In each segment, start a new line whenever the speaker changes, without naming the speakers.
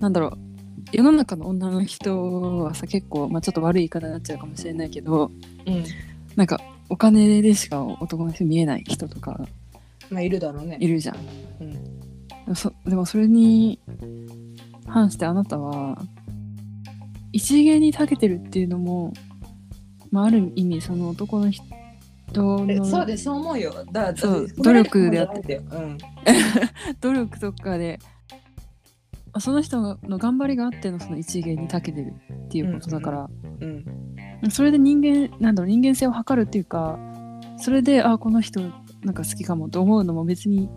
なんだろう世の中の女の人はさ結構、まあ、ちょっと悪い言い方になっちゃうかもしれないけど
うん
なんかお金でしか男の人見えない人とか
まあいるだろうね
いるじゃん。
うん
そでもそれに反してあなたは一芸に長けてるっていうのも、まあ、ある意味その男の人
えそう
の
ですそう思うよだだ
そう
褒め
努
られ
力で
る
や
も
っ
んじゃないんだよ
努力とかであその人の頑張りがあってのその一芸に長けてるっていうことだから、
うんうん
それで人間なんだろう人間性を測るっていうかそれであこの人なんか好きかもと思うのも別に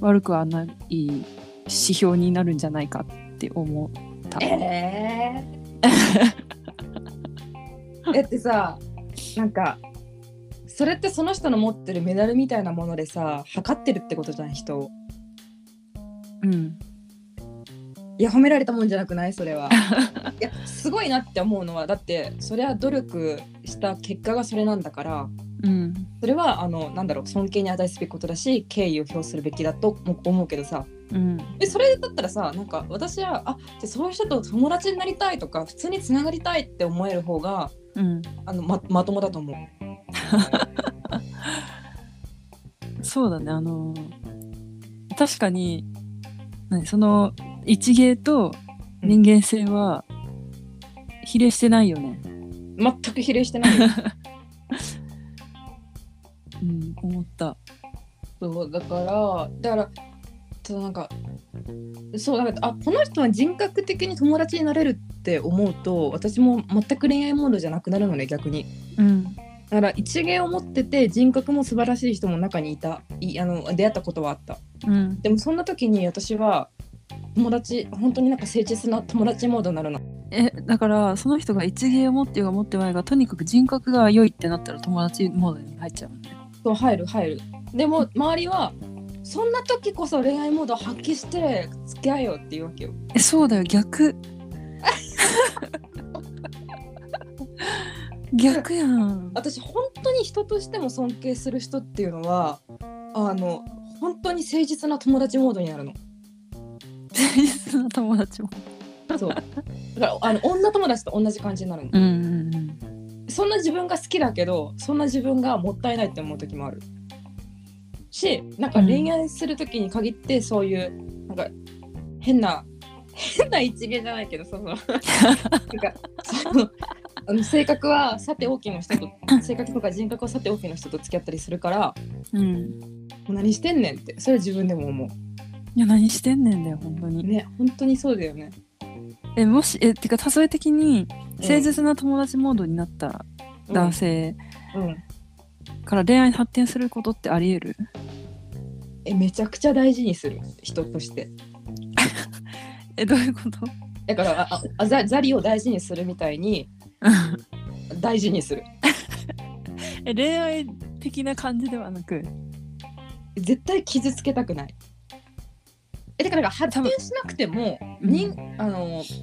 悪くはない指標になるんじゃないかって思った。
えー、 だってさなんかそれってその人の持ってるメダルみたいなものでさ測ってるってことじゃん人を
うん
いや褒められたもんじゃなくないそ れはいやすごいなって思うのはだってそれは努力した結果がそれなんだから
うん
それはあのなんだろう尊敬に値すべきことだし敬意を表するべきだと思うけどさ
うん
えそれだったらさなんか私はあじゃあそういう人と友達になりたいとか普通につながりたいって思える方が
うん
あのままともだと思う。
そうだねあの確かに何その一芸と人間性は比例してないよね、
全く比例してないよ
うん、思った。
そうだからだからそうなんかそうなんかあこの人は人格的に友達になれるって思うと私も全く恋愛モードじゃなくなるのね逆に
うん
だから一芸を持ってて人格も素晴らしい人も中にいたいあの出会ったことはあった
うん
でもそんな時に私は友達本当になんか誠実な友達モードになるの
えだからその人が一芸を持ってようが持ってないがとにかく人格が良いってなったら友達モードに入っちゃうもんね。
そう入る入るでも周りはそんな時こそ恋愛モードを発揮して付き合えよっていうわけよ
えそうだよ逆逆やん。
私本当に人としても尊敬する人っていうのはあの本当に誠実な友達モードになるの。
誠実な友達も。
そうだからあの女友達と同じ感じになるの。
うんうんうん。
そんな自分が好きだけどそんな自分がもったいないって思う時もあるしなんか恋愛する時に限ってそういうなんか変な変な一芸じゃないけどそのなんかそのあの性格はさておきの人と性格とか人格はさておきの人と付き合ったりするから
うん、
もう何してんねんってそれ自分でも思
いや何してんねんだよ本当
う
に。
ね本当にそうだよね
えもしえてか多数的に誠
うん
実な友達モードになった
うん
男性
うん
から恋愛に発展することってありえる
えめちゃくちゃ大事にする人として
えどういう こと
だからああざザリを大事にするみたいに大事にする
え恋愛的な感じではな く
絶対傷つけたくないえだからなんか発展しなくても
うん
人あのそ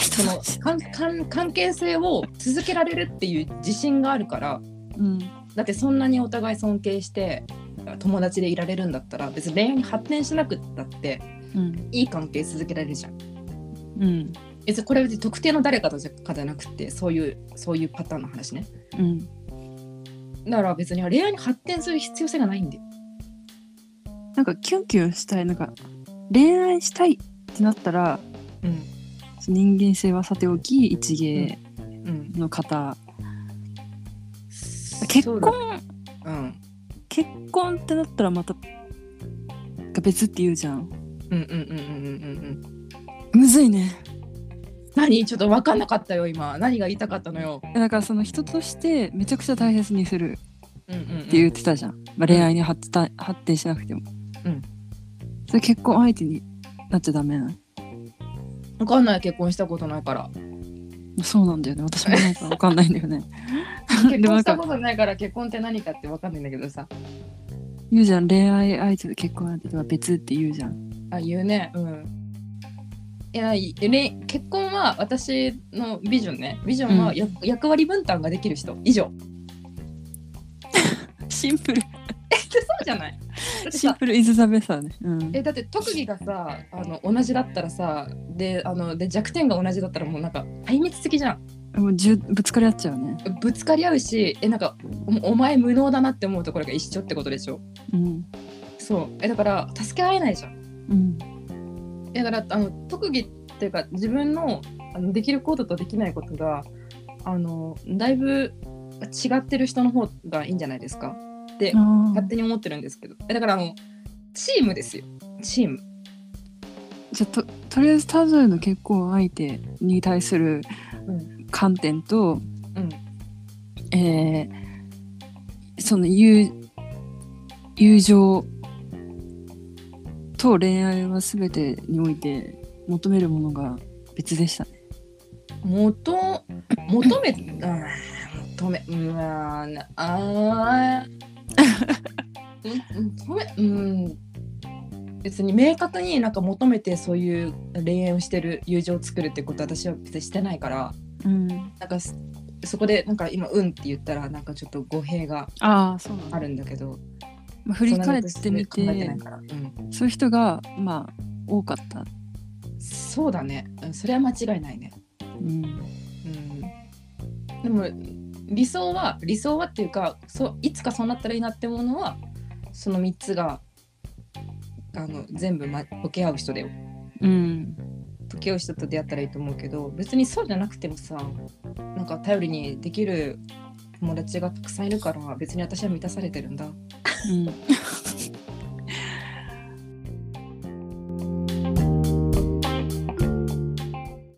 人
の
のち
かんかん関係性を続けられるっていう自信があるから
うん
だってそんなにお互い尊敬して友達でいられるんだったら別に恋愛に発展しなくったって
うん
いい関係続けられるじゃん
うん
別にこれは別に特定の誰かとじゃかじゃなくてそういうそういうパターンの話ね
うん
だから別に恋愛に発展する必要性がないんで
なんかキュンキュンしたいなんか恋愛したいってなったら
うん
人間性はさておき一芸
うん
の方、結
そうだ
婚
うん
結婚ってなったらまたが別って言うじゃん
うんうんうんうんうんうん
むずいね
何ちょっと分かんなかったよ今何が言いたかったのよ、
えだからその人としてめちゃくちゃ大切にする
うんうんうん、っ
って言ってたじゃん、まあ、恋愛に発展発展しなくても、
うん、
それ結婚相手になっちゃダメなの
分かんない結婚したことないから
そうなんだよね私もなんか分かんないんだよね
結
でも
婚
な
し
んか
たことないから結婚って何かって分かんないんだけどさ
言うじゃん恋愛相手と結婚相手とは別って言うじゃん
あ言うねうんいやいれ結婚は私のビジョンねビジョンは
うん
役,、役割分担ができる人以上
シンプル
そうじゃないだって
シン
さ
プルイズザベスだね。うん。
えだって特技がさあの同じだったらさであので弱点が同じだったらもうなんか壊滅的じゃん
もうじゅぶつかり合っちゃうね。
ぶつかり合うしえなんかおお前無能だなって思うところが一緒ってことでしょ
うん。
そうえだから助け合えないじゃん
うん。
えだからあの特技っていうか自分のあのできることとできないことがあのだいぶ違ってる人の方がいいんじゃないですかって
あー
勝手に思ってるんですけどえだからあのチームですよチーム
じゃあととりあえず他ぞれの結婚相手に対する
う
観点と、
うん
えーその友友情と恋愛は全てにおいて求めるものが別でしたね。
求求めうん求めうんあーあー求めうん別に明確になんか求めてそういう恋愛をしてる友情を作るってことは私は別にしてないから
うん、
なんかすそこでなんか今「うん」って言ったらなんかちょっと語弊が
ああそうなん
あ
だ、
るんだけど
まあ、振り返ってみて
そんなに私考えないから、うん、
そういう人がまあ多かった。
そうだねうんそれは間違いないね
うん
うんでも理想は理想はっていうかそういつかそうなったらいいなってものはその3つがあの全部、ま、溶け合う人だよ
うん
溶け合う人と出会ったらいいと思うけど別にそうじゃなくてもさなんか頼りにできる友達がたくさんいるから別に私は満たされてるんだ
うん